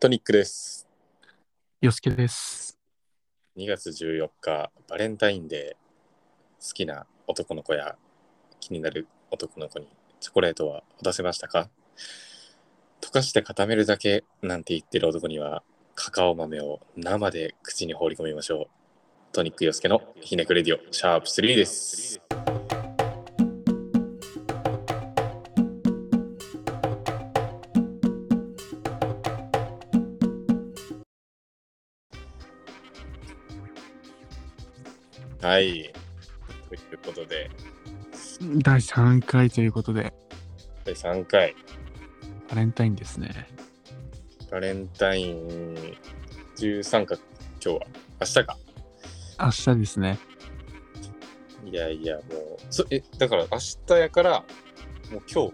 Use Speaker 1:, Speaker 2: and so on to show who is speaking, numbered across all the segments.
Speaker 1: トニックです。
Speaker 2: よすけです。
Speaker 1: 2月14日、バレンタインデー、好きな男の子や気になる男の子にチョコレートは渡せましたか溶かして固めるだけなんて言ってる男には、カカオ豆を生で口に放り込みましょう。トニックヨスケのひねくレディオ、シャープ3です。はい。ということで、
Speaker 2: 第3回ということで、
Speaker 1: 第3回、
Speaker 2: バレンタインですね。
Speaker 1: バレンタイン13か、今日は、明日か。
Speaker 2: 明日ですね。
Speaker 1: いやいや、もう、そえ、だから明日やから、もう今日、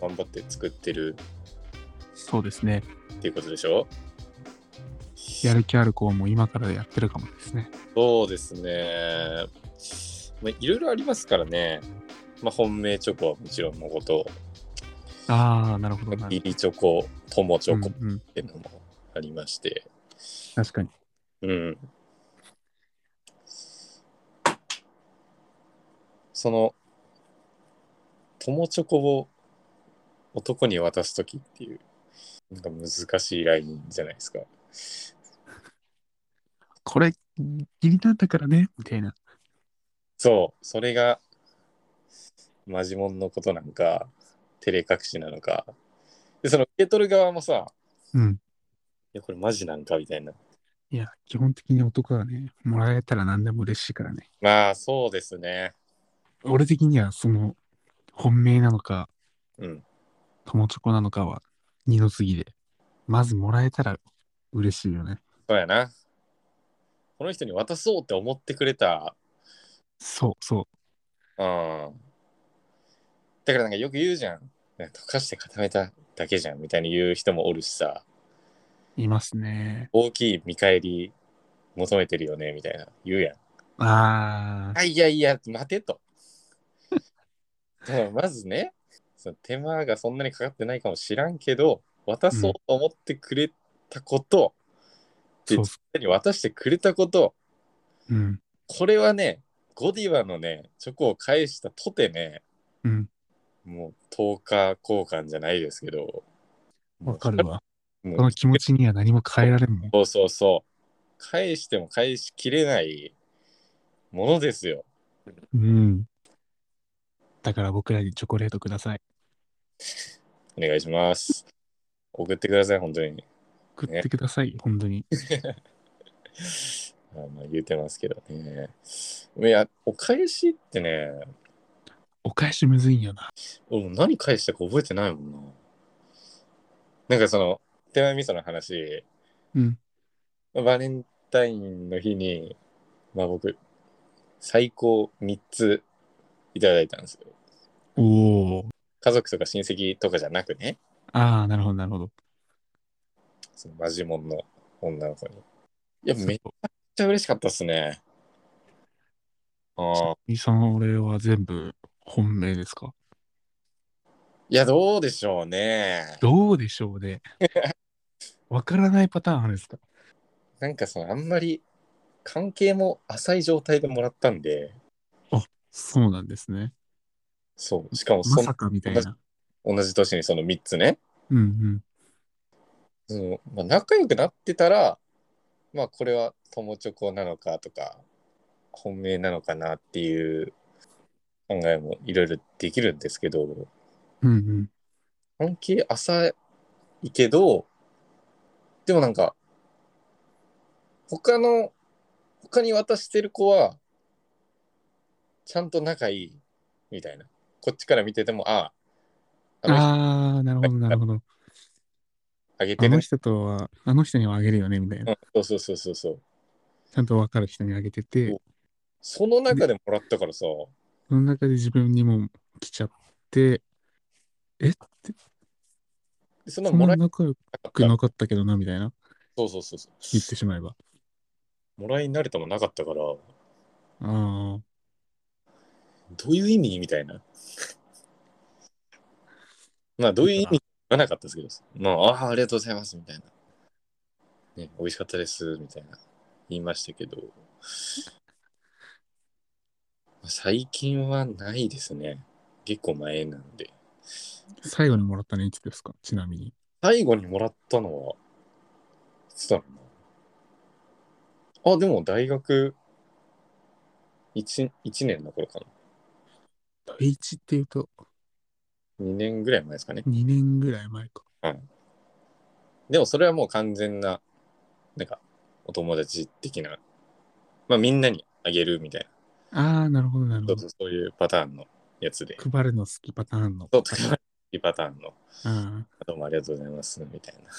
Speaker 1: 頑張って作ってる
Speaker 2: そうですね。
Speaker 1: っていうことでしょ
Speaker 2: やる気ある子はもう今からやってるかもですね。
Speaker 1: そうですね。まあ、いろいろありますからね。まあ、本命チョコはもちろんのこと、
Speaker 2: ああ、なるほどな
Speaker 1: リリチョコ、トモチョコっ
Speaker 2: うんうん。
Speaker 1: ていうのもありまして。
Speaker 2: 確かに。
Speaker 1: うん。その、友チョコを男に渡すときっていう、なんか難しいラインじゃないですか。
Speaker 2: これ、ギリなんだからね、みたいな。
Speaker 1: そう、それが、マジモンのことなんか、照れ隠しなのか。で、その受け取る側もさ、
Speaker 2: うん。
Speaker 1: いや、これマジなんかみたいな。
Speaker 2: いや、基本的に男はね、もらえたら何でも嬉しいからね。
Speaker 1: まあ、そうですね。
Speaker 2: 俺的には、その、本命なのか、
Speaker 1: うん。
Speaker 2: 友チョコなのかは、二の次で。まずもらえたら嬉しいよね。
Speaker 1: そうやな。この人に渡そうって思ってくれた
Speaker 2: そうそ
Speaker 1: うんだからなんかよく言うじゃん。なんか溶かして固めただけじゃんみたいに言う人もおるしさ、
Speaker 2: う。いますね。
Speaker 1: 大きい見返り求めてるよねみたいな言うやん。
Speaker 2: ああ、
Speaker 1: あ、いやいや、待てと。 だからまずね、その手間がそんなにかかってないかもしらんけど、渡そうと思ってくれたこと、
Speaker 2: そう
Speaker 1: 実際に渡してくれたこと、
Speaker 2: そう。うん。
Speaker 1: これはね、ゴディバのね、チョコを返したとてね、
Speaker 2: うん。
Speaker 1: もう10日交換じゃないですけど。
Speaker 2: わかるわ。
Speaker 1: もう
Speaker 2: この気持ちには何も変えられんもん。
Speaker 1: そうそうそう。返しても返しきれないものですよ。
Speaker 2: うん。だから僕らにチョコレートください。
Speaker 1: お願いします。送ってください、本当に。
Speaker 2: 食ってください、本当に。
Speaker 1: あまあ言うてますけどね。いや、お返しってね、
Speaker 2: お返しむずいんよな。
Speaker 1: 俺もう何返したか覚えてないもんな。なんかその、手前味噌の話、
Speaker 2: うん。
Speaker 1: バレンタインの日に、まあ僕、最高3ついただいたんですよ。
Speaker 2: おお。
Speaker 1: 家族とか親戚とかじゃなくね、
Speaker 2: ああ、なるほど、なるほど。
Speaker 1: そのマジモンの女の子に。いや、めっちゃ嬉しかったっすね。ああ。
Speaker 2: みさん、俺は全部本命ですか
Speaker 1: いや、どうでしょうね。
Speaker 2: どうでしょ うね。わからないパターンあるんですか
Speaker 1: なんかその、あんまり関係も浅い状態でもらったんで、
Speaker 2: そうなんですね。
Speaker 1: そう、しかもそ
Speaker 2: ま
Speaker 1: ん
Speaker 2: さかみたいな。
Speaker 1: 同じ年にその3つね、
Speaker 2: うんうん。
Speaker 1: そのまあ、仲良くなってたら、まあ、これは友チョコなのかとか、本命なのかなっていう考えもいろいろできるんですけど、
Speaker 2: うんうん。
Speaker 1: 関係浅いけど、でもなんか、他の、他に渡してる子は、ちゃんと仲いい、みたいな。こっちから見てても、ああ、あの人
Speaker 2: ああ、なるほど、なるほど。
Speaker 1: あげ
Speaker 2: あ
Speaker 1: てる
Speaker 2: の。人とは、あの人にはあげるよね、みたいな。
Speaker 1: うんそうそうそうそうそう。
Speaker 2: ちゃんとわかる人にあげてて。
Speaker 1: その中でもらったからさ、
Speaker 2: その中で自分にも来ちゃって、えって、
Speaker 1: でそんな
Speaker 2: そ
Speaker 1: のも
Speaker 2: ん
Speaker 1: ら
Speaker 2: な
Speaker 1: えな
Speaker 2: 仲良
Speaker 1: かっ
Speaker 2: く
Speaker 1: た。
Speaker 2: なかったけどな、みたいな、
Speaker 1: そうそうそうそ
Speaker 2: 言ってしまえば。
Speaker 1: う。もらい慣れたもなかったから、ど
Speaker 2: ああ、
Speaker 1: ういう意味みたいな。まあ、どういう意味言わなかったですけど、まあ、ああ、ありがとうございます、みたいな。ね、美味しかったです、みたいな言いましたけど、最近はないですね。結構前なんで。
Speaker 2: 最後にもらったのいつですかちなみに。
Speaker 1: 最後にもらったのは、いつだろうな。あ、でも大学 1, 1年の頃かな。
Speaker 2: 第一っていうと、
Speaker 1: 2年ぐらい前ですかね。
Speaker 2: 2年ぐらい前か。
Speaker 1: でもそれはもう完全な、なんか、お友達的な、まあみんなにあげるみたい
Speaker 2: ああ、なるほど、なる
Speaker 1: な、
Speaker 2: ほ
Speaker 1: ちょ
Speaker 2: ど
Speaker 1: っ。とそういうパターンのやつで、
Speaker 2: 配るの好きパターンの。
Speaker 1: そう、特別パターンの、
Speaker 2: あ
Speaker 1: どうもありがとうございます、みたいな。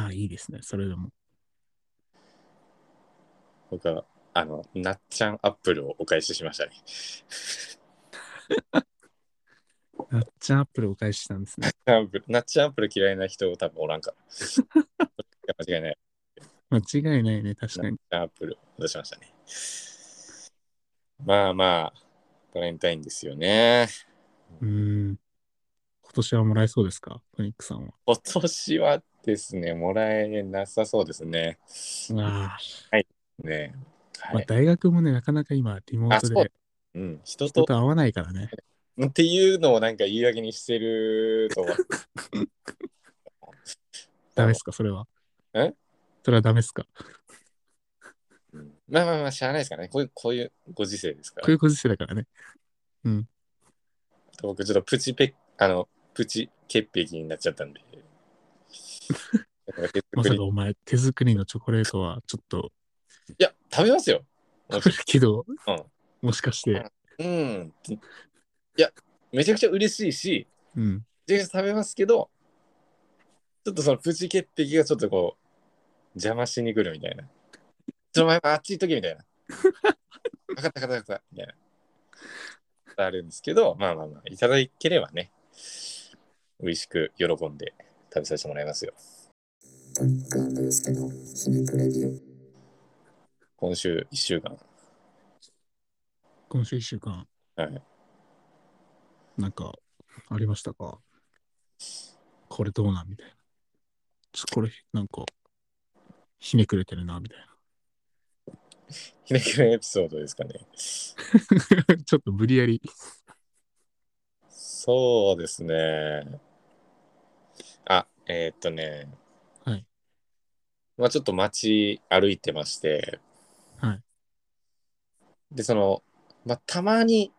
Speaker 2: あ、ああいいですね。それでも。
Speaker 1: 僕は、あの、なっちゃんアップルをお返ししましたね。
Speaker 2: なっちゃんアップルお返ししたんですね。
Speaker 1: アップルなっちゃんアップル嫌いな人多分おらんから。 いや間違いない。
Speaker 2: 間違いないね、確
Speaker 1: な
Speaker 2: か
Speaker 1: っ
Speaker 2: に。
Speaker 1: ちゃんアップルを出しましたね。まあまあ、バレンタインですよね。
Speaker 2: うーん。今年はもらえそうですかトニックさんは。
Speaker 1: 今年はですね、もらえなさそうですね。
Speaker 2: あ
Speaker 1: ね。
Speaker 2: あ、
Speaker 1: は
Speaker 2: まあ、
Speaker 1: い。
Speaker 2: 大学もね、なかなか今、リモート
Speaker 1: あそ
Speaker 2: で
Speaker 1: うん。人
Speaker 2: 人
Speaker 1: と
Speaker 2: と会わないからね。
Speaker 1: っていうのをなんか言い訳にしてるとは。
Speaker 2: ダメですかそれは。
Speaker 1: え
Speaker 2: それはダメですか
Speaker 1: うんまあまあまあ、しゃあないですからね。こういう、こういうご時世ですか
Speaker 2: こ
Speaker 1: ら
Speaker 2: うい。うご時世だからね。
Speaker 1: 僕ちょっとプチペあの、プチ潔癖になっちゃったん で。なんか手
Speaker 2: ま
Speaker 1: 作
Speaker 2: さ
Speaker 1: り
Speaker 2: かお前、手作りのチョコレートはちょっと、
Speaker 1: いや、食べますよ。もちろ
Speaker 2: けど、
Speaker 1: うん
Speaker 2: もしかして、
Speaker 1: んうん。いや、めちゃくちゃ嬉しいし、
Speaker 2: うん。
Speaker 1: めちゃくちゃ食べますけど、ちょっとそのプチ潔癖がちょっとこう、邪魔しに来るみたいな。ちょ、前あっち行っとけみたいな。分かった分かった分かったみたいな。あるんですけど、まあまあまあ、いただければね、美味しく喜んで食べさせてもらいますよ。今週1週間、
Speaker 2: 今週1週間、
Speaker 1: はい、
Speaker 2: なんか、ありましたかこれどうなんみたいな。ちょこれ、なんか、ひねくれてるな、みた い
Speaker 1: ひねくれエピソードですかね。
Speaker 2: な。ちょっと無理やり。
Speaker 1: そうですね。あ、えーっとね。
Speaker 2: はい。
Speaker 1: まあちょっと街歩いてまして。
Speaker 2: はい。
Speaker 1: で、その、まあたまに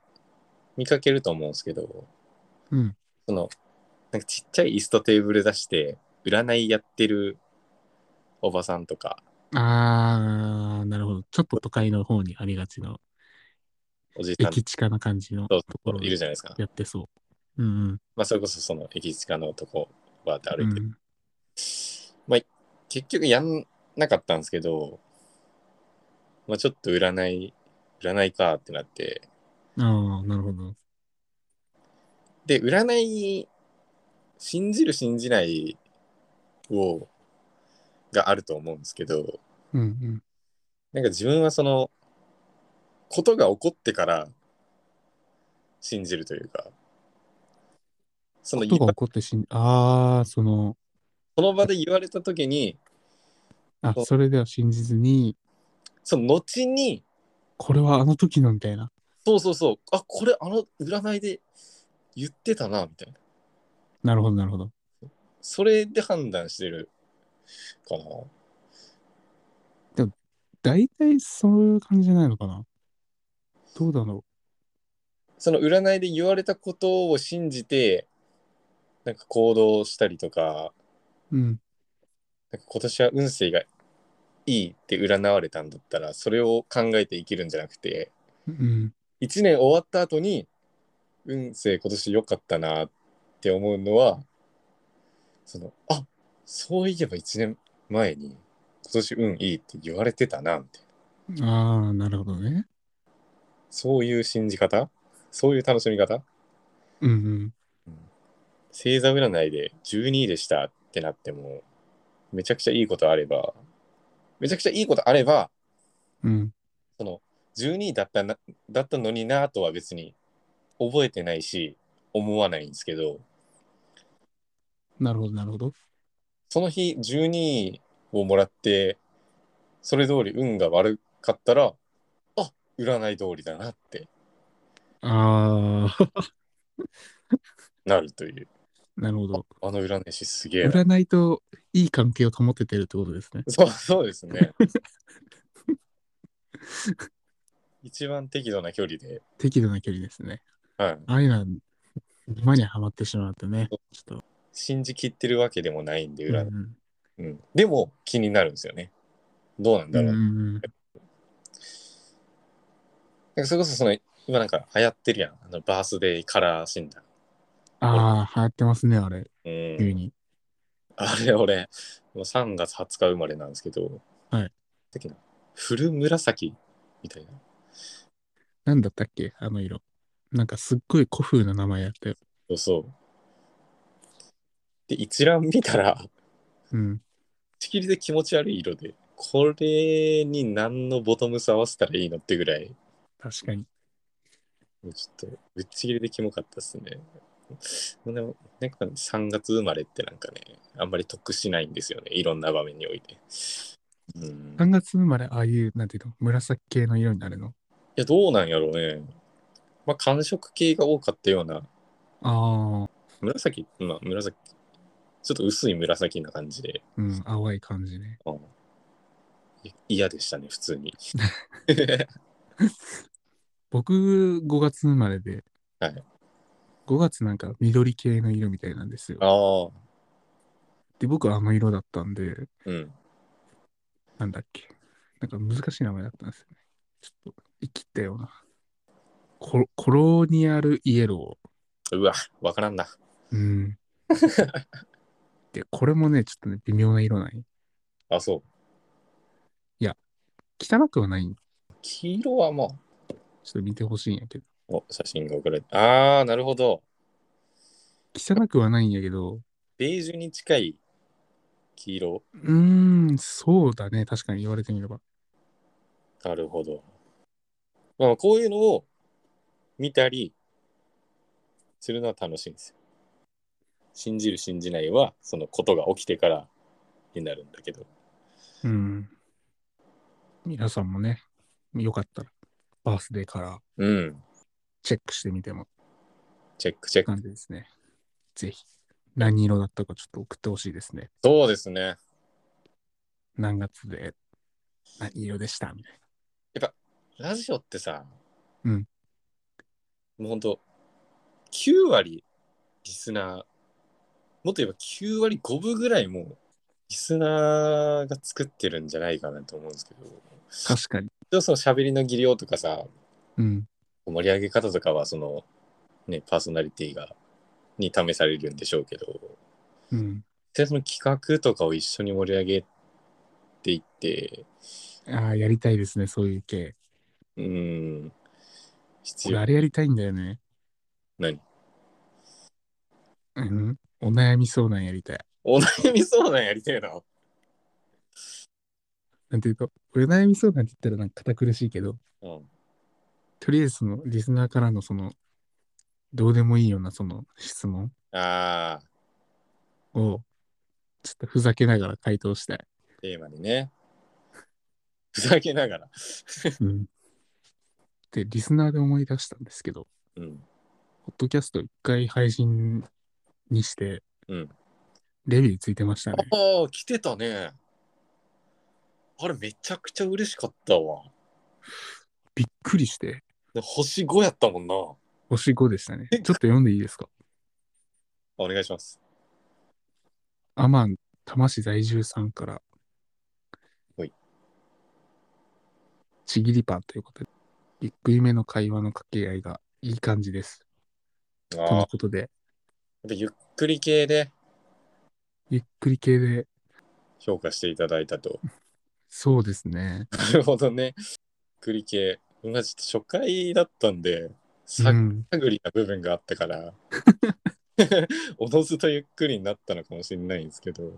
Speaker 1: 見かけると思うんですけど、
Speaker 2: うん。
Speaker 1: その、なんかちっちゃい椅子とテーブル出して、占いやってるおばさんとか、
Speaker 2: あー、なるほど。ちょっと都会の方にありがちの、
Speaker 1: おじいさん
Speaker 2: 駅近な感じの
Speaker 1: と
Speaker 2: ところ
Speaker 1: いるじゃないですか。
Speaker 2: やってそう。うん
Speaker 1: まあそれこそその駅近のとこ、バーって
Speaker 2: う
Speaker 1: 歩い
Speaker 2: ん。
Speaker 1: て
Speaker 2: うん、
Speaker 1: 結局やんなかったんですけど、まあ、ちょっと占い占いかってなって
Speaker 2: ああ、なるほど。
Speaker 1: で占い信じる信じないをがあると思うんですけど
Speaker 2: うんうん。
Speaker 1: なんか自分はそのことが起こってから信じるというかその
Speaker 2: ことが起こってしん、ああ、その、
Speaker 1: その場で言われた時に
Speaker 2: あ
Speaker 1: そ、う
Speaker 2: それでは信じずに、
Speaker 1: その後に
Speaker 2: これはあの時のみたいな。
Speaker 1: そうそうそうあこれあの占いで言ってたなみたいな。
Speaker 2: なるほど、なるほど。
Speaker 1: それで判断してるかな。
Speaker 2: 大体そういう感じじゃないのかな。どうだろ
Speaker 1: その占いで言われたことを信じて、なんか行動したりとか、
Speaker 2: う。うん。
Speaker 1: なんか今年は運勢がいいって占われたんだったら、それを考えて生きるんじゃなくて、
Speaker 2: うん。
Speaker 1: 1年終わった後に、運勢今年良かったなって思うのは、その、あそういえば1年前に、今年運いいって言われてたな、みたいな。
Speaker 2: ああ、なるほどね。
Speaker 1: そういう信じ方そういう楽しみ方
Speaker 2: うんうん。
Speaker 1: 星座占いで12位でしたってなっても、めちゃくちゃいいことあれば、めちゃくちゃいいことあれば、
Speaker 2: うん。
Speaker 1: その12位だったなだったのになとは別に覚えてないし、思わないんですけど、
Speaker 2: なるほど、なるほど。
Speaker 1: その日12位をもらってそれ通り運が悪かったらあ占い通りだなって
Speaker 2: ああ、
Speaker 1: なるという
Speaker 2: なるほど。
Speaker 1: あの占い師すげえな
Speaker 2: 占いといい関係を保ててるってことですね。
Speaker 1: そうそうです ね一番適度な距離で、
Speaker 2: 適度な距離ですね。
Speaker 1: はい、
Speaker 2: ああいうのは、沼にはまってしまうとね、ちょっと。
Speaker 1: 信じきってるわけでもないんで占い、
Speaker 2: うん
Speaker 1: うん、でも気になるんですよねどうなん
Speaker 2: う
Speaker 1: だ
Speaker 2: ん
Speaker 1: ろう、
Speaker 2: うん
Speaker 1: なんかそれこそその今なんか流行ってるやんあのバースデーカラー診断、
Speaker 2: ああ、流行ってますね、あれ、
Speaker 1: う
Speaker 2: 急
Speaker 1: ん、
Speaker 2: に。
Speaker 1: あれ俺もう3月20日生まれなんですけど、
Speaker 2: はい、
Speaker 1: 的な古紫みたいな
Speaker 2: なんだったっけ、あの色。なんかすっごい古風な名前やったよ。
Speaker 1: そうそうで一覧見たら
Speaker 2: うん。
Speaker 1: ちきりで気持ち悪い色でこれに何のボトムス合わせたらいいのってぐらい
Speaker 2: 確かに。
Speaker 1: もうちょっとぶっちぎりでキモかったっすね。でもなんか3月生まれってなんかね、あんまり得しないんですよね、いろんな場面において。うん、い
Speaker 2: 3月生まれ、ああいう、なんていうの、紫系の色になるの。
Speaker 1: や、どうなんやろうね。まあ、寒色系が多かったような、
Speaker 2: ああ、
Speaker 1: 紫、まあ、紫、ちょっと薄い紫な感じで、
Speaker 2: うん、淡い感じね。
Speaker 1: うんい嫌でしたね、普通に。
Speaker 2: 僕、5月生まれで、
Speaker 1: はい
Speaker 2: 5月なんか緑系の色みたいなんですよ。
Speaker 1: ああ、
Speaker 2: で、僕はあの色だったんで、
Speaker 1: うん。
Speaker 2: なんだっけ。なんか難しい名前だったんですよね。ちょっと、生きったような。ココロニアルイエロ
Speaker 1: うわ、わからんな。
Speaker 2: ー。うん。 で、これもね、ちょっとね、微妙な色ない。
Speaker 1: あ、そう。
Speaker 2: 汚くはない。ちょ
Speaker 1: 黄色はまあ、
Speaker 2: っと見てほしいんやけど。
Speaker 1: お写真が送られて。ああ、なるほど。
Speaker 2: 汚くはないんやけど、
Speaker 1: ベージュに近い黄色。
Speaker 2: うーん、そうだね。確かに言われてみれば。
Speaker 1: なるほど。まあ、こういうのを見たりするのは楽しいんですよ。信じる信じないはそのことが起きてからになるんだけど。
Speaker 2: うん。皆さんもね、よかったら、バースデーから
Speaker 1: うん。
Speaker 2: チェックしてみても
Speaker 1: チェックチェック。
Speaker 2: 感じですね。ぜひ、何色だったかちょっと送ってほしいですね。
Speaker 1: そうですね。
Speaker 2: 何月で何色でしたみたい
Speaker 1: ラジオってさ、
Speaker 2: うん
Speaker 1: もうほんと、9割リスナー、もっと言えば9割5分ぐらいもうリスナーが作ってるんじゃないかなと思うんですけど、
Speaker 2: な。確かに。
Speaker 1: 一応その喋りの技量とかさ、
Speaker 2: うん。
Speaker 1: 盛り上げ方とかはその、ね、パーソナリティが、に試されるんでしょうけど、
Speaker 2: うん。
Speaker 1: でその企画とかを一緒に盛り上げていって、
Speaker 2: ああ、やりたいですね。そういう系。
Speaker 1: うん、必
Speaker 2: 俺、
Speaker 1: 要
Speaker 2: あれやりたいんだよね。
Speaker 1: 何
Speaker 2: うん。お悩み相談やりたい。
Speaker 1: お悩み相談やりてえな。
Speaker 2: なんていうか、お悩み相談って言ったらなんか堅苦しいけど、
Speaker 1: うん
Speaker 2: とりあえずそのリスナーからのその、どうでもいいようなその質問
Speaker 1: ああ、
Speaker 2: を、ちょっとふざけながら回答したい。
Speaker 1: テーマにね。ふざけながら。
Speaker 2: うん。で、リスナーで思い出したんですけど、
Speaker 1: うん。
Speaker 2: ポッドキャスト一回配信にして、
Speaker 1: うん
Speaker 2: レビューついてましたね。
Speaker 1: ああ、来てたね。あれ、めちゃくちゃ嬉しかったわ。
Speaker 2: びっくりして、
Speaker 1: で星5やったもんな。お
Speaker 2: 星5でしたね。ちょっと読んでいいですか
Speaker 1: 願いします。
Speaker 2: アマン、多摩市在住さんから。
Speaker 1: はい。
Speaker 2: ちぎりパンということで、ビッグ夢の会話の掛け合いがいい感じです。
Speaker 1: ああ、
Speaker 2: と
Speaker 1: や
Speaker 2: の
Speaker 1: っ
Speaker 2: ことで、
Speaker 1: ぱゆっくり系で
Speaker 2: ゆっくり系で、
Speaker 1: 評価していただいたと。
Speaker 2: そうですね。
Speaker 1: なるほどね。ゆっくり系。まあちょっと初回だったんで、
Speaker 2: う
Speaker 1: 探
Speaker 2: ん、
Speaker 1: りな部分があったから、 おのずとゆっくりになったのかもしれないんですけど。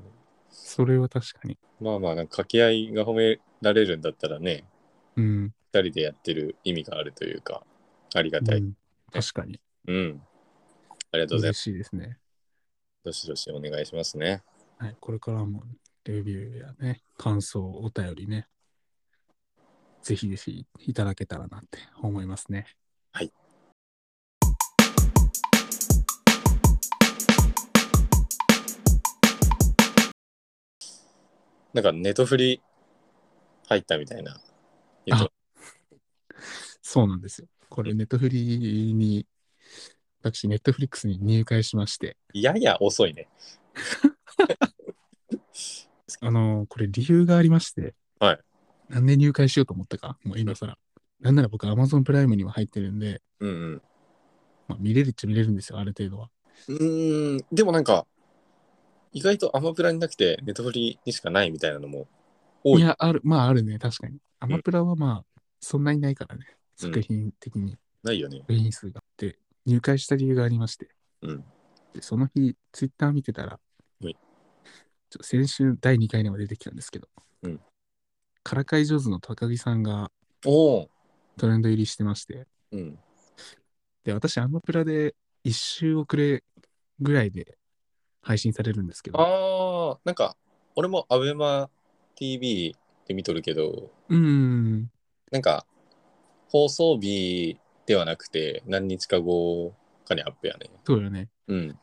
Speaker 2: それは確かに。
Speaker 1: まあまあ、なんか掛け合いが褒められるんだったらね、
Speaker 2: うん。
Speaker 1: 二人でやってる意味があるというか、ありがた
Speaker 2: う
Speaker 1: い。
Speaker 2: ん確かに。
Speaker 1: うん。ありがとうござい
Speaker 2: 嬉
Speaker 1: ます。
Speaker 2: しいですね。
Speaker 1: どしどしお願いしますね。
Speaker 2: はい、これからもレビューやね、感想、お便りね、ぜひぜひいただけたらなって思いますね。
Speaker 1: はい。なんかネトフリ入ったみたいな。言って
Speaker 2: そうなんですよ。これ、ネットフリに、私、ネットフリックスに入会しまして、
Speaker 1: やや遅いね。
Speaker 2: あのーこれ理由がありまして、
Speaker 1: はい。
Speaker 2: なんで入会しようと思ったか、もう今更。なんなら僕、Amazon プライムには入ってるんで、
Speaker 1: うんうん。
Speaker 2: まあ、見れるっちゃ見れるんですよ、ある程度は。
Speaker 1: うーん、でもなんか、意外とアマプラになくて、ネトフリにしかないみたいなのも多
Speaker 2: い
Speaker 1: い。
Speaker 2: や、ある、まああるね、確かに。アマプラはまあ、そんなにないからね、
Speaker 1: うん
Speaker 2: 作品的に、
Speaker 1: ないよね。
Speaker 2: 部品数が。で、入会した理由がありまして、
Speaker 1: うん。
Speaker 2: でその日、ツイッター見てたら、
Speaker 1: はい
Speaker 2: ちょ先週第2回にも出てきたんですけど、
Speaker 1: うん
Speaker 2: からかい上手の高木さんが
Speaker 1: おお。
Speaker 2: トレンド入りしてまして、
Speaker 1: うん。
Speaker 2: で、私、アマプラで1週遅れぐらいで配信されるんですけど、
Speaker 1: ああ、なんか、俺もアベマ TV で見とるけど、
Speaker 2: うーん、
Speaker 1: なんか、放送日ではなくて、何日か後かにアップやね。
Speaker 2: そうよね。
Speaker 1: うん。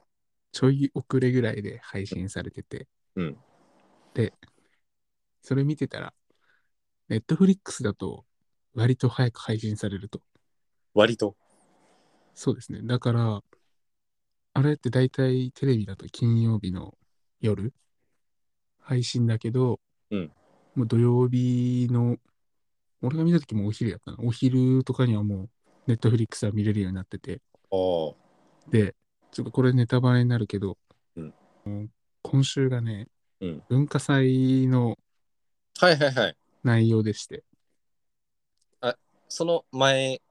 Speaker 2: ちょい遅れぐらいで配信されてて、
Speaker 1: うん。
Speaker 2: それ見てたら、ネットフリックスだと割と早く配信されると。
Speaker 1: 割と。
Speaker 2: そうですね。だから、あれって大体テレビだと金曜日の夜配信だけど、
Speaker 1: うん
Speaker 2: もう土曜日の、俺が見た時もお昼やったな。お昼とかにはもうネットフリックスは見れるようになってて。
Speaker 1: ああ。
Speaker 2: で、ちょっとこれネタバレになるけど、
Speaker 1: うん
Speaker 2: もう今週がね、
Speaker 1: うん
Speaker 2: 文化祭の
Speaker 1: はいはいはい。
Speaker 2: 内容でして、
Speaker 1: その前、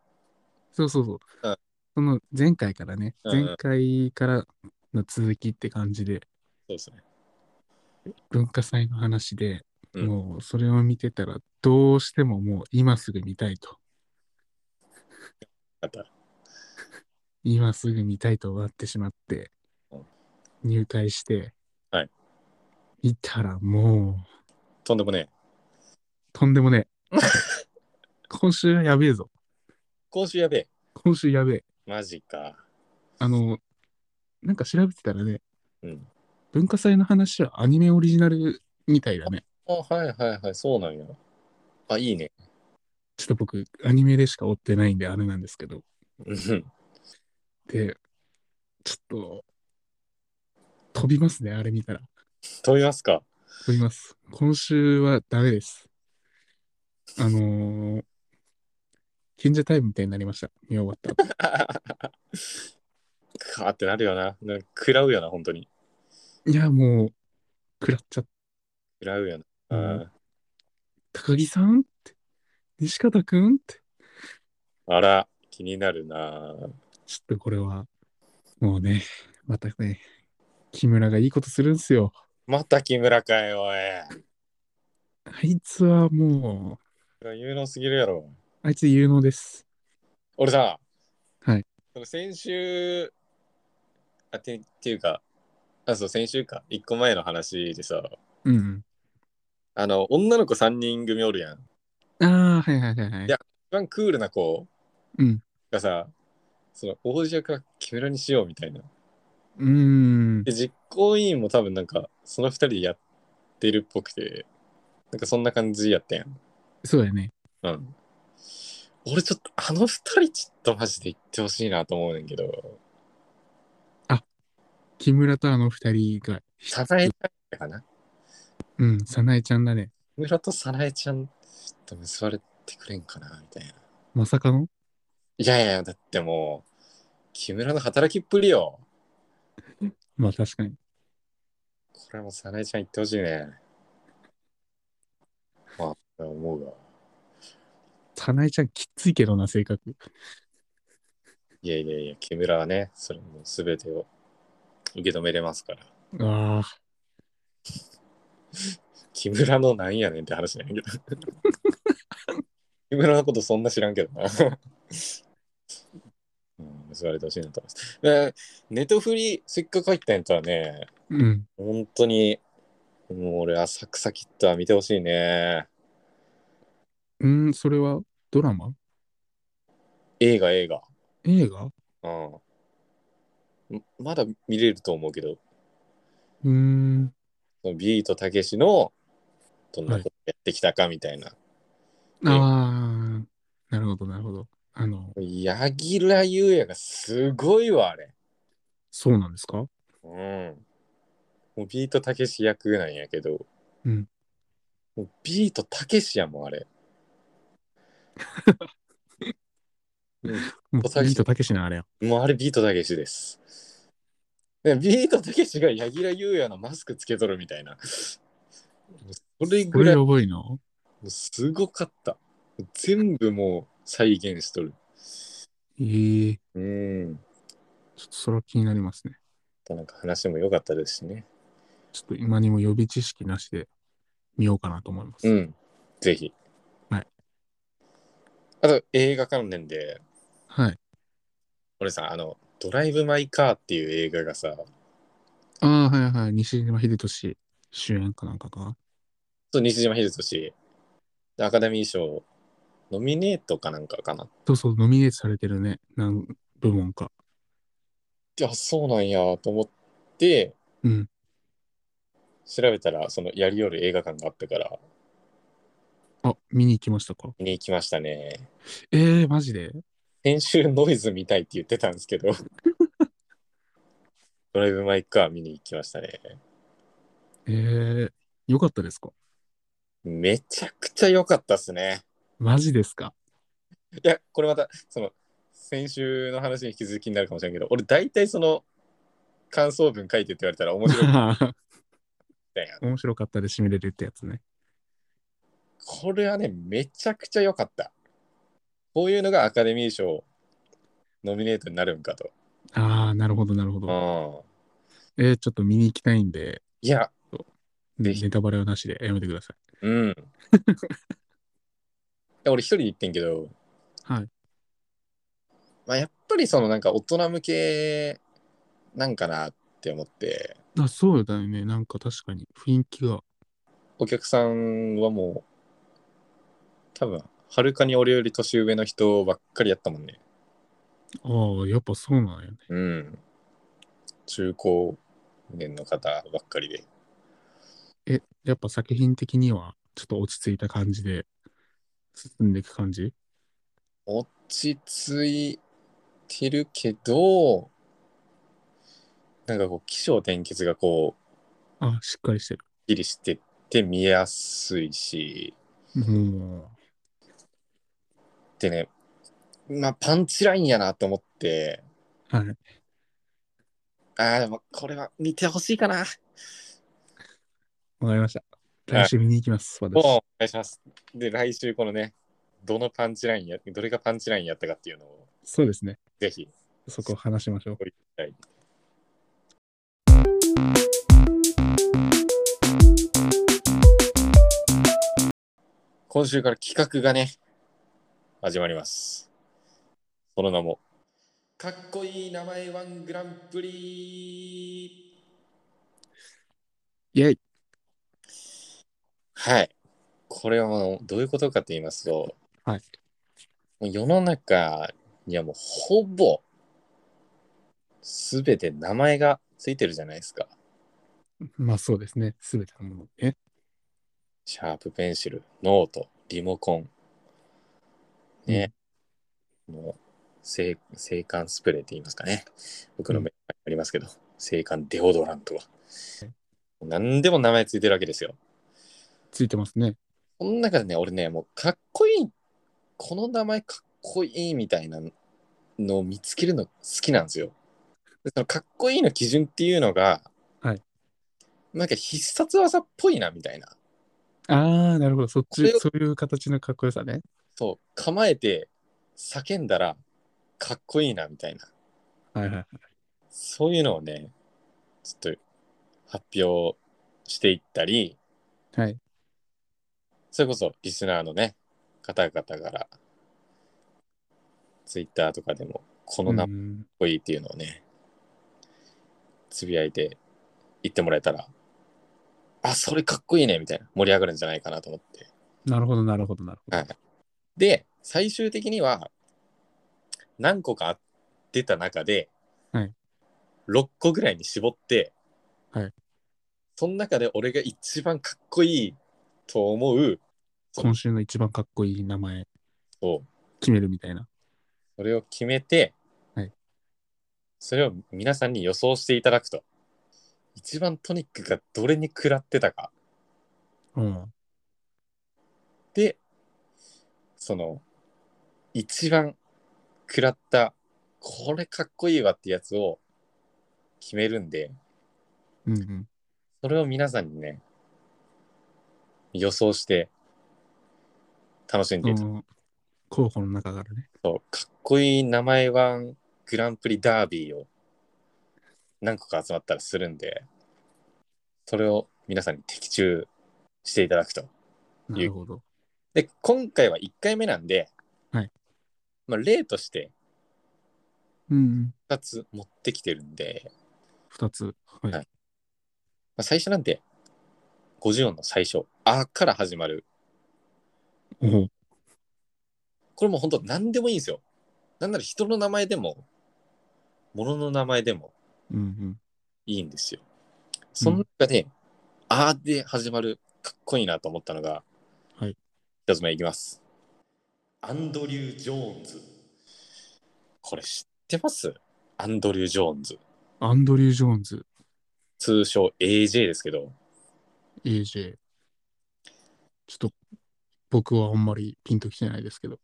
Speaker 2: そうそうそう。
Speaker 1: うん
Speaker 2: その前回からね、
Speaker 1: うんうん
Speaker 2: 前回からの続きって感じで、
Speaker 1: そうですね。
Speaker 2: 文化祭の話で、
Speaker 1: うん
Speaker 2: もうそれを見てたら、どうしてももう今すぐ見たいと、
Speaker 1: あった。
Speaker 2: 今すぐ見たいとなってしまって
Speaker 1: うん、
Speaker 2: 入会して、
Speaker 1: はい
Speaker 2: 見たらもう、
Speaker 1: とんでもねえ。
Speaker 2: とんでもね え。今週はやべえぞ。
Speaker 1: 今週やべえ。
Speaker 2: 今週やべえ。
Speaker 1: マジか。
Speaker 2: あの、なんか調べてたらね、
Speaker 1: うん。
Speaker 2: 文化祭の話はアニメオリジナルみたいだね。
Speaker 1: あ、はいはいはい。そうなんや。あ、いいね。
Speaker 2: ちょっと僕、アニメでしか追ってないんで、あれなんですけど。
Speaker 1: うん。
Speaker 2: で、ちょっと、飛びますね、あれ見たら。
Speaker 1: 飛びますか。
Speaker 2: 飛びます。今週はダメです。あのー、賢者タイムみたいになりました。見終わった後。
Speaker 1: かーってなるよな。なんか食らうよな、本当に。
Speaker 2: いや、もう、食らっちゃっ
Speaker 1: 食らうよな。
Speaker 2: た。
Speaker 1: あ
Speaker 2: 高木さんって、西方くんって、
Speaker 1: ーあら、気になるな。
Speaker 2: ちょっとこれは、もうね、またね、木村がいいことするんすよ。
Speaker 1: また木村かよ、おい。
Speaker 2: あいつはも
Speaker 1: 有能すぎるやろ。
Speaker 2: う、あいつ有能です。
Speaker 1: 俺さ、
Speaker 2: はい。
Speaker 1: その先週、あて、っていうか、あ、そう、先週か。一個前の話でさ、
Speaker 2: うん
Speaker 1: あの、女の子三人組おるやん。
Speaker 2: うん。ああ、はいはいはいはい。
Speaker 1: いや一番クールな子
Speaker 2: うん。
Speaker 1: がさ、その、王子役は木村にしようみたいな。
Speaker 2: うーん。
Speaker 1: で、実行委員も多分なんか、その二人でやってるっぽくて、なんかそんな感じやったやん。
Speaker 2: そうだよね。
Speaker 1: うん。俺ちょっと、あの二人ちょっとマジで行ってほしいなと思うねんけど、
Speaker 2: 木村とあの二人が、
Speaker 1: サナエちゃんやかな
Speaker 2: うん、早苗ちゃんだね。
Speaker 1: 木村とサナエちゃん、ちょっと結ばれてくれんかなみたいな。
Speaker 2: まさかの
Speaker 1: いやいや、だってもう、木村の働きっぷりよ。
Speaker 2: まあ確かに。
Speaker 1: これもサナエちゃん行ってほしいね。まあ、思うわ。
Speaker 2: 早苗ちゃんきついけどな、性格。
Speaker 1: いやいやいや、木村はね、それもう全てを受け止めれますから。
Speaker 2: ああ、
Speaker 1: 木村のなんやねんって話なんやけど。木村のことそんな知らんけどな。うん、結ばれてほしいなと思います。でネトフリ、せっかく入ったんやったらね、
Speaker 2: うん。
Speaker 1: 本当にもう俺、浅草キッドは見てほしいね。
Speaker 2: うーん、それはドラマ
Speaker 1: 映画、映画。
Speaker 2: 映画う
Speaker 1: うん。まだ見れると思うけど、
Speaker 2: ーん。
Speaker 1: そのビートたけしのどんなことやってきたかみたいな。
Speaker 2: ああ、なるほど、なるほど。あの、
Speaker 1: 柳楽優弥がすごいわ、あれ。
Speaker 2: そうなんですか
Speaker 1: うん。もうビートたけし役なんやけど、
Speaker 2: うん
Speaker 1: もうビートたけしやもん、あ れ。
Speaker 2: もう
Speaker 1: お先
Speaker 2: ビートたけしなあれや。
Speaker 1: もうあれビートたけしです。でビートたけしが柳楽優弥のマスクつけとるみたいな。それ
Speaker 2: こ
Speaker 1: ぐら
Speaker 2: れ
Speaker 1: い
Speaker 2: やばいな。
Speaker 1: もうすごかった。全部もう再現しとる。
Speaker 2: ええ
Speaker 1: うん。
Speaker 2: ちょっとそれは気になりますね。
Speaker 1: なんか話も良かったですしね。
Speaker 2: ちょっと今にも予備知識なしで見ようかなと思います。
Speaker 1: うん。ぜひ。
Speaker 2: はい。
Speaker 1: あと映画関連で、
Speaker 2: はい。
Speaker 1: 俺さ、あの、ドライブ・マイ・カーっていう映画がさ、
Speaker 2: ああ、はいはい。西島秀俊主演かなんかか。
Speaker 1: そう西島秀俊、アカデミー賞、ノミネートかなんかかな。
Speaker 2: そうそう、ノミネートされてるね。何部門か。
Speaker 1: いや、そうなんやと思って、
Speaker 2: うん。
Speaker 1: 調べたら、そのやりよる映画館があったから、
Speaker 2: あ、見に行きましたか。
Speaker 1: 見に行きましたね。
Speaker 2: ええマジで
Speaker 1: 先週ノイズ見たいって言ってたんです けど、ドライブ・マイ・カー見に行きましたね。
Speaker 2: ええよかったですか
Speaker 1: めちゃくちゃ良かったっすね。
Speaker 2: マジですか
Speaker 1: いや、これまた、その、先週の話に引き続きになるかもしれんけど、俺、大体その、感想文書いてって言われたら面白いみたいな。
Speaker 2: 面白かったで締めれるってやつね。
Speaker 1: これはね、めちゃくちゃ良かった。こういうのがアカデミー賞ノミネートになるんかと。
Speaker 2: ああ、なるほど、なるほ
Speaker 1: う
Speaker 2: ど。
Speaker 1: ん。
Speaker 2: えー、ちょっと見に行きたいんで、
Speaker 1: いや、
Speaker 2: ね
Speaker 1: ぜひ
Speaker 2: ネタバレはなしでやめてください。
Speaker 1: うん。いや 俺一人で行ってんけど、
Speaker 2: はい。
Speaker 1: まあ、やっぱりそのなんか大人向けなんかなって思って、
Speaker 2: あそうだよね。なんか確かに雰囲気が。
Speaker 1: お客さんはもう、多分、はるかに俺より年上の人ばっかりやったもんね。
Speaker 2: ああ、やっぱそうなんよね。
Speaker 1: うん。中高年の方ばっかりで。
Speaker 2: え、やっぱ作品的にはちょっと落ち着いた感じで進んでいく感じ
Speaker 1: 落ち着いてるけど、なんかこう、起承転結がこう、
Speaker 2: あしっかりしてる。
Speaker 1: はっきりしてって見やすいし、
Speaker 2: も
Speaker 1: でね、まあ、パンチラインやなと思って、
Speaker 2: う、はい。
Speaker 1: ああ、でもこれは見てほしいかな。
Speaker 2: わかりました。来週見に行きます、
Speaker 1: もう
Speaker 2: 私。
Speaker 1: お願いします。で、来週このね、どのパンチラインや、どれがパンチラインやったかっていうのを、
Speaker 2: そうですね。
Speaker 1: ぜひ。
Speaker 2: そこ話しましょう。
Speaker 1: はい今週から企画がね、始まります。その名も、かっこいい名前ワングランプリ
Speaker 2: イェイ
Speaker 1: はい。これはもうどういうことかと言いますと、
Speaker 2: はい。
Speaker 1: もう世の中にはもうほぼ全て名前がついてるじゃないですか。
Speaker 2: まあそうですね。すべてのものね。
Speaker 1: シャープペンシル、ノート、リモコン。ね。もう、制制汗スプレーって言いますかね。僕の目にありますけど、制汗デオドラントは。何でも名前ついてるわけですよ。
Speaker 2: ついてますね。
Speaker 1: この中でね、俺ね、もうかっこいい、この名前かっこいいみたいなのを見つけるの好きなんですよ。でそのかっこいいの基準っていうのが、
Speaker 2: はい
Speaker 1: なんか必殺技っぽいなみたいな。
Speaker 2: ああ、なるほど。そっ
Speaker 1: これ
Speaker 2: ち、
Speaker 1: を
Speaker 2: そういう形のかっこよさね。
Speaker 1: そう、構えて叫んだらかっこいいなみたいな。
Speaker 2: はいはい。
Speaker 1: そういうのをね、ちょっと発表していったり、
Speaker 2: はい。
Speaker 1: それこそリスナーのね、方々から、ツイッターとかでも、この名前
Speaker 2: うん
Speaker 1: かっこいいっていうのをね、つぶやいて言ってもらえたらあ、それかっこいいねみたいな盛り上がるんじゃないかなと思って。
Speaker 2: なるほど、なるほど、なるほど。
Speaker 1: はい、で、最終的には何個か出た中で、
Speaker 2: はい
Speaker 1: 6個ぐらいに絞って、
Speaker 2: はい
Speaker 1: その中で俺が一番かっこいいと思う
Speaker 2: 今週の一番かっこいい名前
Speaker 1: そう
Speaker 2: 決めるみたいな。
Speaker 1: それを決めて、
Speaker 2: はい
Speaker 1: それを皆さんに予想していただくと一番トニックがどれに食らってたか
Speaker 2: うん。
Speaker 1: でその一番食らったこれかっこいいわってやつを決めるんで
Speaker 2: うんうん。
Speaker 1: それを皆さんにね予想して楽しんで
Speaker 2: そ
Speaker 1: いた、
Speaker 2: の候補の中からね。
Speaker 1: そうかっこいい名前はグランプリダービーを何個か集まったらするんでそれを皆さんに的中していただくと
Speaker 2: なるほど。
Speaker 1: で今回は1回目なんで、
Speaker 2: はい
Speaker 1: まあ、例として
Speaker 2: うんうん。
Speaker 1: 2つ持ってきてるんで、
Speaker 2: 二つ。は
Speaker 1: はい
Speaker 2: い。
Speaker 1: まあ、最初なんて50音の最初「あ」から始まる
Speaker 2: おお。
Speaker 1: これもう本当何でもいいんですよなんなら人の名前でも物の名前でも
Speaker 2: うんうん。
Speaker 1: いいんですよ。その中で、あーで始まるかっこいいなと思ったのが、
Speaker 2: はい。
Speaker 1: 一つ目いきます。アンドリュー・ジョーンズ。これ知ってますアンドリュー・ジョーンズ。
Speaker 2: アンドリュー・ジョーンズ、
Speaker 1: 通称 AJ ですけど、
Speaker 2: AJ。ちょっと、僕はあんまりピンときてないです けど。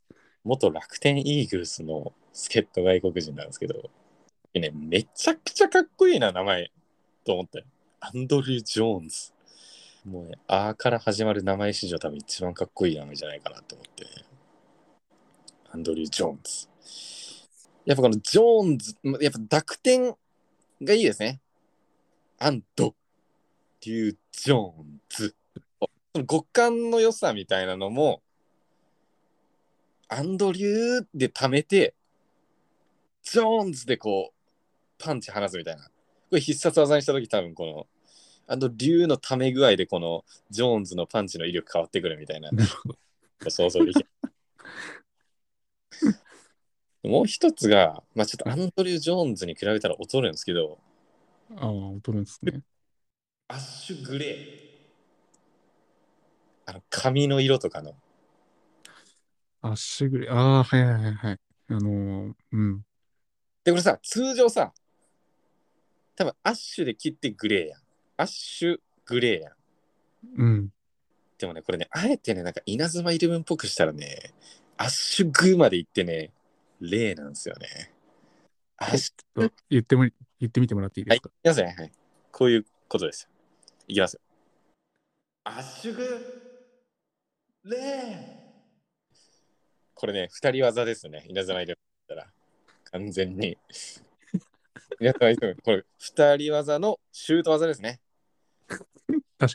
Speaker 1: 元楽天イーグルスの助っ人外国人なんですけど、でね、めちゃくちゃかっこいいな、名前。と思って。アンドリュー・ジョーンズ。もうね、あーから始まる名前史上多分一番かっこいい名前じゃないかなと思ってね。アンドリュー・ジョーンズ。やっぱこのジョーンズ、やっぱ濁点がいいですね。アンドリュー・ジョーンズ。その語感の良さみたいなのも、アンドリューで貯めて、ジョーンズでこう、パンチ放つみたいな。これ必殺技にしたとき多分この、アンドリューの溜め具合でこの、ジョーンズのパンチの威力変わってくるみたいな。
Speaker 2: なるほど。
Speaker 1: 想像できる。 もう一つが、まあ、ちょっとアンドリュー・ジョーンズに比べたら劣るんですけど、
Speaker 2: ああ、踊るんですね。
Speaker 1: アッシュ・グレー。あの髪の色とかの、
Speaker 2: アッシュグレー。ああ、はいはいはいはい。あのー、うん。
Speaker 1: で、これさ、通常さ、多分アッシュで切ってグレーやん。アッシュグレーやん。
Speaker 2: うん。
Speaker 1: でもね、これね、あえてね、なんか稲妻イレブンっぽくしたらね、アッシュグーまで行ってね、レーなんですよね。アッシュ、
Speaker 2: ちょっと言っても、言ってみてもらっていいですか、
Speaker 1: いきますね。はい。こういうことですよ。いきますよ。アッシュグー、レーこれね、二人技ですね。稲妻イレブンだったら、完全に。 稲妻イレブン、これ、二人技のシュート技ですね。
Speaker 2: 確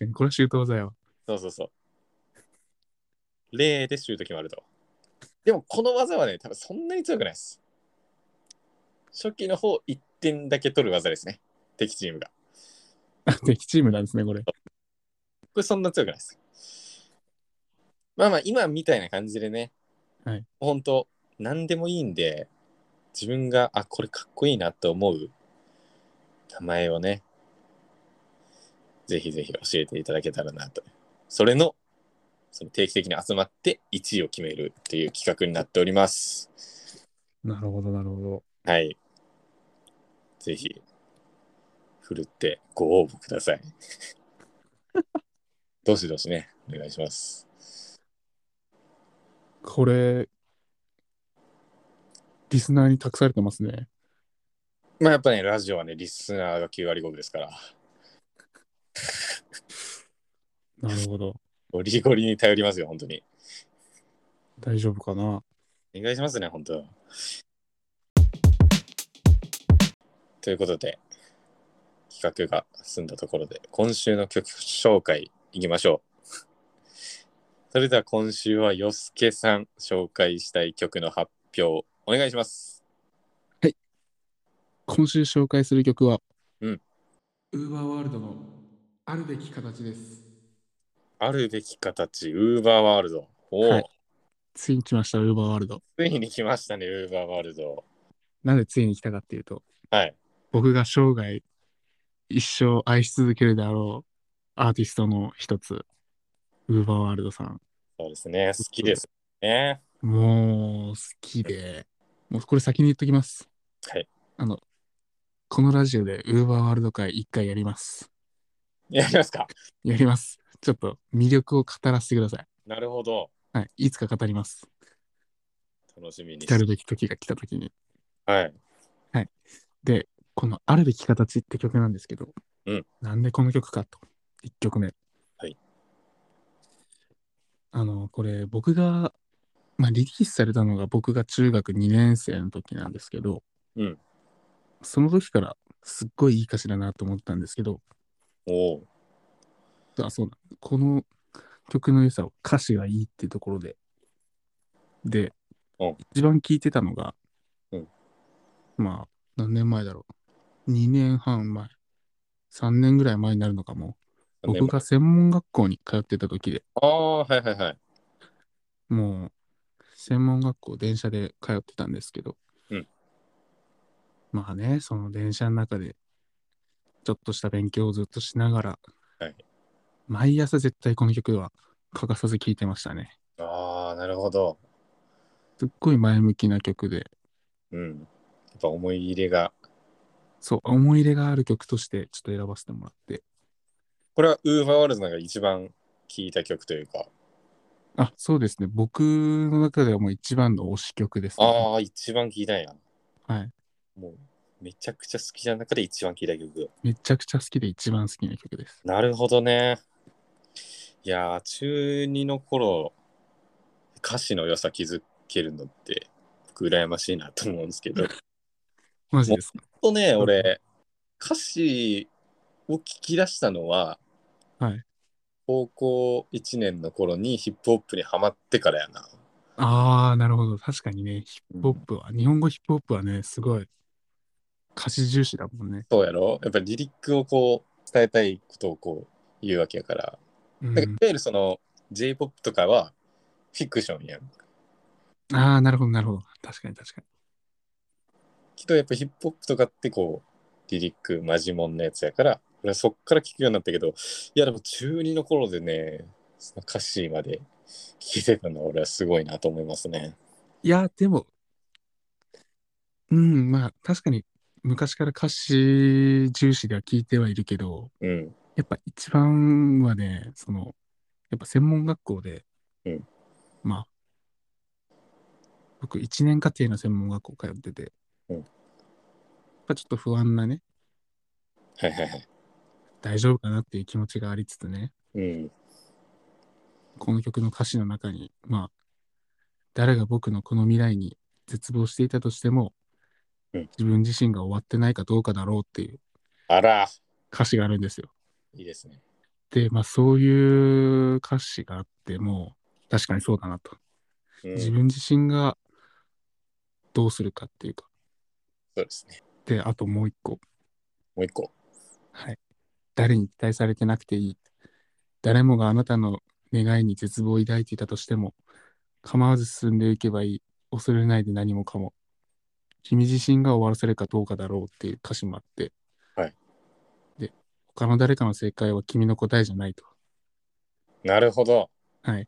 Speaker 2: かに、これはシュート技やわ。
Speaker 1: そうそうそう。例でシュート決まると。でもこの技はね、多分そんなに強くないです。初期の方1点だけ取る技ですね。敵チームが。
Speaker 2: あ敵チームなん ですね、これ。
Speaker 1: これそんな強くないです。まあまあ今みたいな感じでね、
Speaker 2: はい、
Speaker 1: 本当何でもいいんで、自分が、あ、これかっこいいなと思う名前をね、ぜひぜひ教えていただけたらなと。それの、その定期的に集まって1位を決めるっていう企画になっております。
Speaker 2: なるほど、なるほど。
Speaker 1: はい。ぜひ、ふるってご応募ください。 どしどしね、お願いします。
Speaker 2: これ、リスナーに託されてますね。
Speaker 1: まあやっぱね、ラジオはね、リスナーが9割5分ですから、
Speaker 2: なるほど。
Speaker 1: ゴリゴリに頼りますよ、本当に。
Speaker 2: 大丈夫かな
Speaker 1: お願いしますね、本当。ということで、企画が済んだところで、今週の曲紹介いきましょう。それでは今週は、よすけさん、紹介したい曲の発表、お願いします。
Speaker 2: 今週紹介する曲は、
Speaker 1: うん
Speaker 2: ウーバーワールドのあるべき形です。
Speaker 1: あるべき形、ウーバーワールド。おお、
Speaker 2: はいついに来ました、ウーバーワールド。
Speaker 1: ついに来ましたね、ウーバーワールド。
Speaker 2: なんでついに来たかっていうと、
Speaker 1: はい。
Speaker 2: 僕が生涯一生愛し続けるであろうアーティストの一つ、ウーバーワールドさん。
Speaker 1: そうですね、好きですね。
Speaker 2: もう好きで、もうこれ先に言っときます。
Speaker 1: はい。
Speaker 2: あの、このラジオでウーバーワールド会一回やります。
Speaker 1: やりますか。
Speaker 2: やります。ちょっと魅力を語らせてください。
Speaker 1: なるほど。
Speaker 2: はい。いつか語ります。
Speaker 1: 楽しみにし
Speaker 2: 来たるべき時が来た時に。
Speaker 1: はい。
Speaker 2: で、この「あるべき形」って曲なんですけど、
Speaker 1: うん
Speaker 2: なんでこの曲かと1曲目
Speaker 1: はい
Speaker 2: あのこれ僕が、まあ、リリースされたのが僕が中学2年生の時なんですけど、
Speaker 1: うん
Speaker 2: その時からすっごいいい歌詞だなと思ったんですけど
Speaker 1: おお、
Speaker 2: あそうだこの曲の良さを歌詞がいいっていうところでで、
Speaker 1: うん
Speaker 2: 一番聴いてたのが、
Speaker 1: うん
Speaker 2: まあ何年前だろう2年半前3年ぐらい前になるのかも僕が専門学校に通ってた時で
Speaker 1: ああー、はいはいはい。
Speaker 2: もう専門学校電車で通ってたんですけど、
Speaker 1: うん
Speaker 2: まあねその電車の中でちょっとした勉強をずっとしながら、
Speaker 1: はい
Speaker 2: 毎朝絶対この曲は欠かさず聴いてましたね
Speaker 1: ああ、なるほど。
Speaker 2: すっごい前向きな曲で
Speaker 1: うん。やっぱ思い入れが。
Speaker 2: そう思い入れがある曲としてちょっと選ばせてもらって
Speaker 1: これはウーバーワールドなんか一番聴いた曲というか。
Speaker 2: あそうですね僕の中ではもう一番の推し曲です、ね、
Speaker 1: ああ、一番聴いたんや。
Speaker 2: はい
Speaker 1: もう、めちゃくちゃ好きな中で一番聴いた曲。
Speaker 2: めちゃくちゃ好きで一番好きな曲です
Speaker 1: なるほどね。いやー、中2の頃、歌詞の良さ気づけるのって、僕羨ましいなと思うんですけど。
Speaker 2: マジですか
Speaker 1: ちょっとね、俺、歌詞を聞き出したのは、
Speaker 2: はい
Speaker 1: 高校1年の頃にヒップホップにハマってからやな。
Speaker 2: ああなるほど確かにねヒップホップは、日本語ヒップホップはねすごい歌詞重視だもんね
Speaker 1: そうやろやっぱりリリックをこう伝えたいことをこう言うわけやから。
Speaker 2: う
Speaker 1: なんかい
Speaker 2: ん、
Speaker 1: わゆるその J-POP とかはフィクションやん。
Speaker 2: ああなるほどなるほど確かに確か
Speaker 1: けどやっぱヒップホップとかってこうリリックマジモンのやつやから、俺はそっから聞くようになったけど、いやでも中2の頃でね、その歌詞まで聞いてたのは俺はすごいなと思いますね。
Speaker 2: にいやでもうんまあ確かに昔から歌詞重視では聞いてはいるけど、
Speaker 1: うん。
Speaker 2: やっぱ一番はね、その、やっぱ専門学校で、
Speaker 1: うん
Speaker 2: まあ、僕1年課程の専門学校通ってて、
Speaker 1: うん
Speaker 2: やっぱちょっと不安なね、
Speaker 1: はいはいはい。
Speaker 2: 大丈夫かなっていう気持ちがありつつね、
Speaker 1: うん。
Speaker 2: この曲の歌詞の中に、まあ、誰が僕のこの未来に絶望していたとしても、
Speaker 1: うん
Speaker 2: 自分自身が終わってないかどうかだろうっていう
Speaker 1: あら、
Speaker 2: 歌詞があるんですよ。
Speaker 1: いいですね。
Speaker 2: で、まあそういう歌詞があっても、確かにそうだなと。
Speaker 1: うん、
Speaker 2: 自
Speaker 1: そう
Speaker 2: 分自身がどうするかっていうか。
Speaker 1: ですね。
Speaker 2: で、あともう一個。
Speaker 1: もう一個。
Speaker 2: はい。誰に期待されてなくていい。誰もがあなたの願いに絶望を抱いていたとしても、構わず進んでいけばいい。恐れないで何もかも。君自身が終わらせるかどうかだろうっていう歌詞もあって。
Speaker 1: はい。
Speaker 2: で、他の誰かの正解は君の答えじゃないと。
Speaker 1: なるほど。
Speaker 2: はい。っ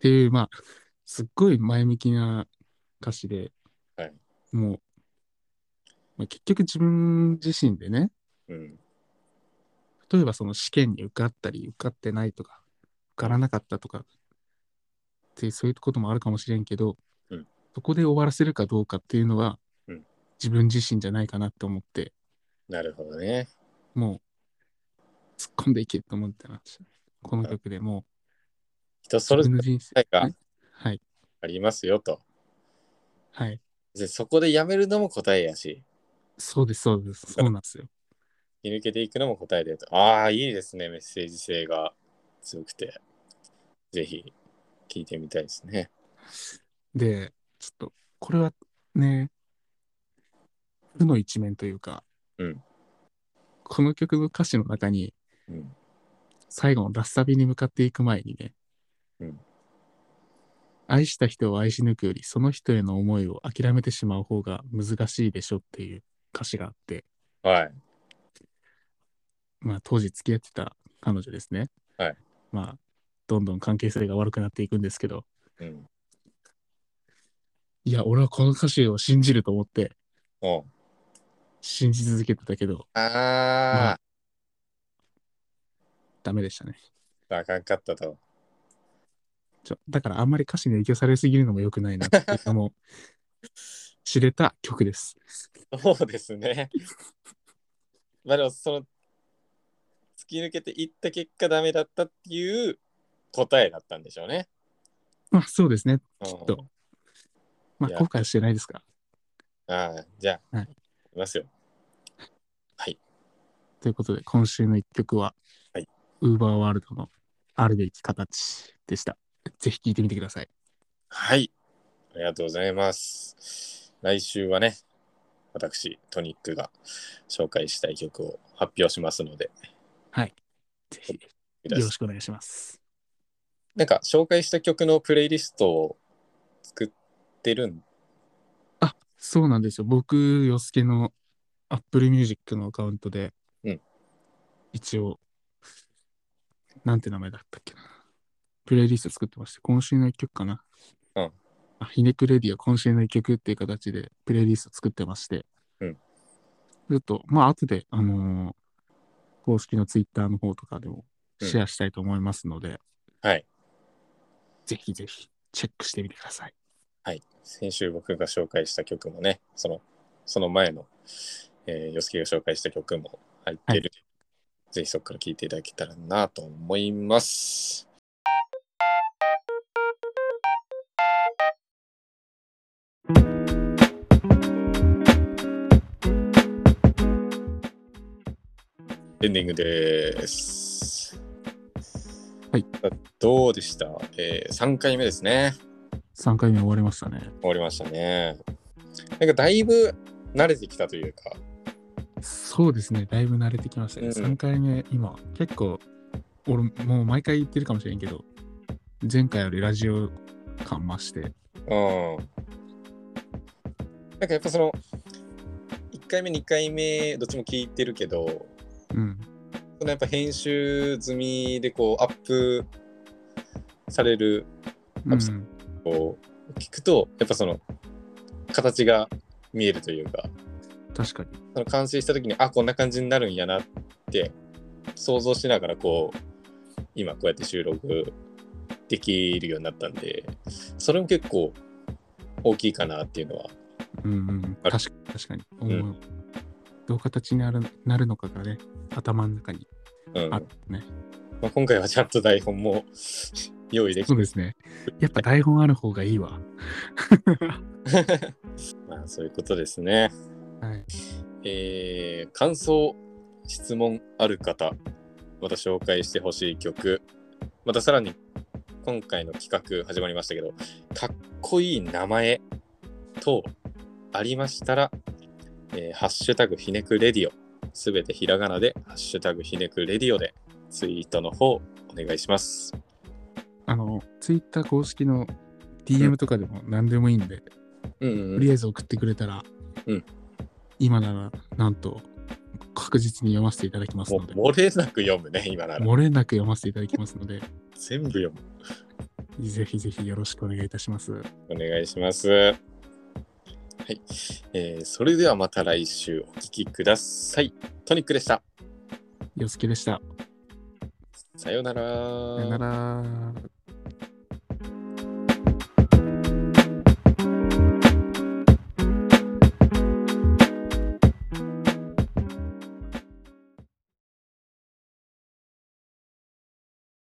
Speaker 2: ていう、まあ、すっごい前向きな歌詞で、
Speaker 1: はい
Speaker 2: もう、まあ、結局自分自身でね、
Speaker 1: うん。
Speaker 2: 例えばその試験に受かったり、受かってないとか、受からなかったとか、ってそういうこともあるかもしれんけど、
Speaker 1: うん
Speaker 2: そこで終わらせるかどうかっていうのは、
Speaker 1: うん
Speaker 2: 自分自身じゃないかなと思って、
Speaker 1: なるほどね。
Speaker 2: もう、突っ込んでいけと思ってました。この曲でも
Speaker 1: 人
Speaker 2: う、
Speaker 1: それ
Speaker 2: 自
Speaker 1: ぞ
Speaker 2: 分
Speaker 1: れ
Speaker 2: の人生、
Speaker 1: 答えが
Speaker 2: はい、
Speaker 1: ありますよと。
Speaker 2: はい。
Speaker 1: でそこでやめるのも答えやし、
Speaker 2: そうです、そうです。そうなんですよ。
Speaker 1: 見抜けていくのも答えだよと。ああ、いいですね。メッセージ性が強くて。ぜひ聞いてみたいですね。
Speaker 2: で、ちょっと、これはね、負の一面というか、
Speaker 1: うん
Speaker 2: この曲の歌詞の中に、
Speaker 1: うん
Speaker 2: 最後のラスサビに向かっていく前にね、
Speaker 1: うん
Speaker 2: 愛した人を愛し抜くより、その人への思いを諦めてしまう方が難しいでしょっていう歌詞があって、
Speaker 1: はい。
Speaker 2: まあ、当時付き合ってた彼女ですね。
Speaker 1: はい
Speaker 2: まあ、どんどん関係性が悪くなっていくんですけど、
Speaker 1: うん。
Speaker 2: いや、俺はこの歌詞を信じると思って、
Speaker 1: おう
Speaker 2: 信じ続けてたけど、
Speaker 1: あ
Speaker 2: ダメでしたね。
Speaker 1: あ、あかんかったと。
Speaker 2: ちょだからあんまり歌詞に影響されすぎるのも良くないなっていうかもう知れた曲です。
Speaker 1: そうですね。まあでもその突き抜けていった結果ダメだったっていう答えだったんでしょうね。
Speaker 2: まあそうですね。
Speaker 1: うん
Speaker 2: きっと。ま
Speaker 1: い
Speaker 2: あ
Speaker 1: や
Speaker 2: 後悔はしてないですか
Speaker 1: ああじゃあ、
Speaker 2: はい
Speaker 1: い、きますよ。
Speaker 2: ということで今週の一曲は、
Speaker 1: はい
Speaker 2: ウーバーワールドのあるべき形でした。ぜひ聴いてみてください。
Speaker 1: はい。ありがとうございます。来週はね、私、トニックが紹介したい曲を発表しますので、
Speaker 2: ぜひよ
Speaker 1: 皆さん
Speaker 2: ろしくお願いします。
Speaker 1: なんか紹介した曲のプレイリストを作ってるん
Speaker 2: あそうなんですよ。僕、よすけの Apple Music のアカウントで、
Speaker 1: うん
Speaker 2: 一応、なんて名前だったっけな。プレイリスト作ってまして、今週の一曲かな。
Speaker 1: うん
Speaker 2: あひねくレディは今週の一曲っていう形でプレイリスト作ってまして、
Speaker 1: うん
Speaker 2: ちょっと、まあ、後で、あのー公式の Twitter の方とかでも
Speaker 1: うん
Speaker 2: シェアしたいと思いますので、
Speaker 1: はい。
Speaker 2: ぜひぜひチェックしてみてください。
Speaker 1: はい。先週僕が紹介した曲もね、その、その前の、えー、ヨスケが紹介した曲も入ってる。ぜひそこから聴いていただけたらなと思います。エンディングです。
Speaker 2: はい
Speaker 1: あ。どうでした、えー、?3 回目ですね。
Speaker 2: 3回目終わりましたね。
Speaker 1: 終わりましたね。なんかだいぶ慣れてきたというか、
Speaker 2: そうですね、だいぶ慣れてきましたね。
Speaker 1: うん
Speaker 2: 3回目、今、結構、俺、もう毎回言ってるかもしれんけど、前回よりラジオ感増して、
Speaker 1: うん。なんかやっぱその、1回目、2回目、どっちも聞いてるけど、
Speaker 2: うん、
Speaker 1: そのやっぱ編集済みでこう、アップされる、
Speaker 2: う
Speaker 1: あそ
Speaker 2: ん、
Speaker 1: こう、聞くと、やっぱその、形が見えるというか、
Speaker 2: 確かに。
Speaker 1: その完成した時に、あ、こんな感じになるんやなって、想像しながらこう、今こうやって収録できるようになったんで、それも結構大きいかなっていうのは、
Speaker 2: うん、うん、
Speaker 1: あれ
Speaker 2: 確か確かに。思うどう形になるなるのかがね、頭の中に
Speaker 1: うん
Speaker 2: あ
Speaker 1: ま
Speaker 2: るね。
Speaker 1: あ、今回はちゃんと台本も 用意でき
Speaker 2: そうですね。やっぱ台本ある方がいいわ。
Speaker 1: まあそういうことですね。
Speaker 2: はい、
Speaker 1: えー感想、質問ある方、また紹介してほしい曲、またさらに今回の企画始まりましたけど、かっこいい名前等ありましたら、えーハッシュタグひねくレディオ、すべてひらがなで、ハッシュタグひねくレディオでツイートの方お願いします。
Speaker 2: あの、Twitter 公式の DM とかでも何でもいいんで、
Speaker 1: うん
Speaker 2: と
Speaker 1: うん、
Speaker 2: りあえず送ってくれたら、
Speaker 1: うん
Speaker 2: 今ならなんと確実に読ませていただきます
Speaker 1: も
Speaker 2: ので
Speaker 1: う漏れなく読むね、今なら。
Speaker 2: 漏れなく読ませていただきますので
Speaker 1: 全部読む。
Speaker 2: ぜひぜひよろしくお願いいたします
Speaker 1: お願いします。はい、えーそれではまた来週お聞きください。トニックでした。
Speaker 2: よすけでした
Speaker 1: さようなら。
Speaker 2: さよなら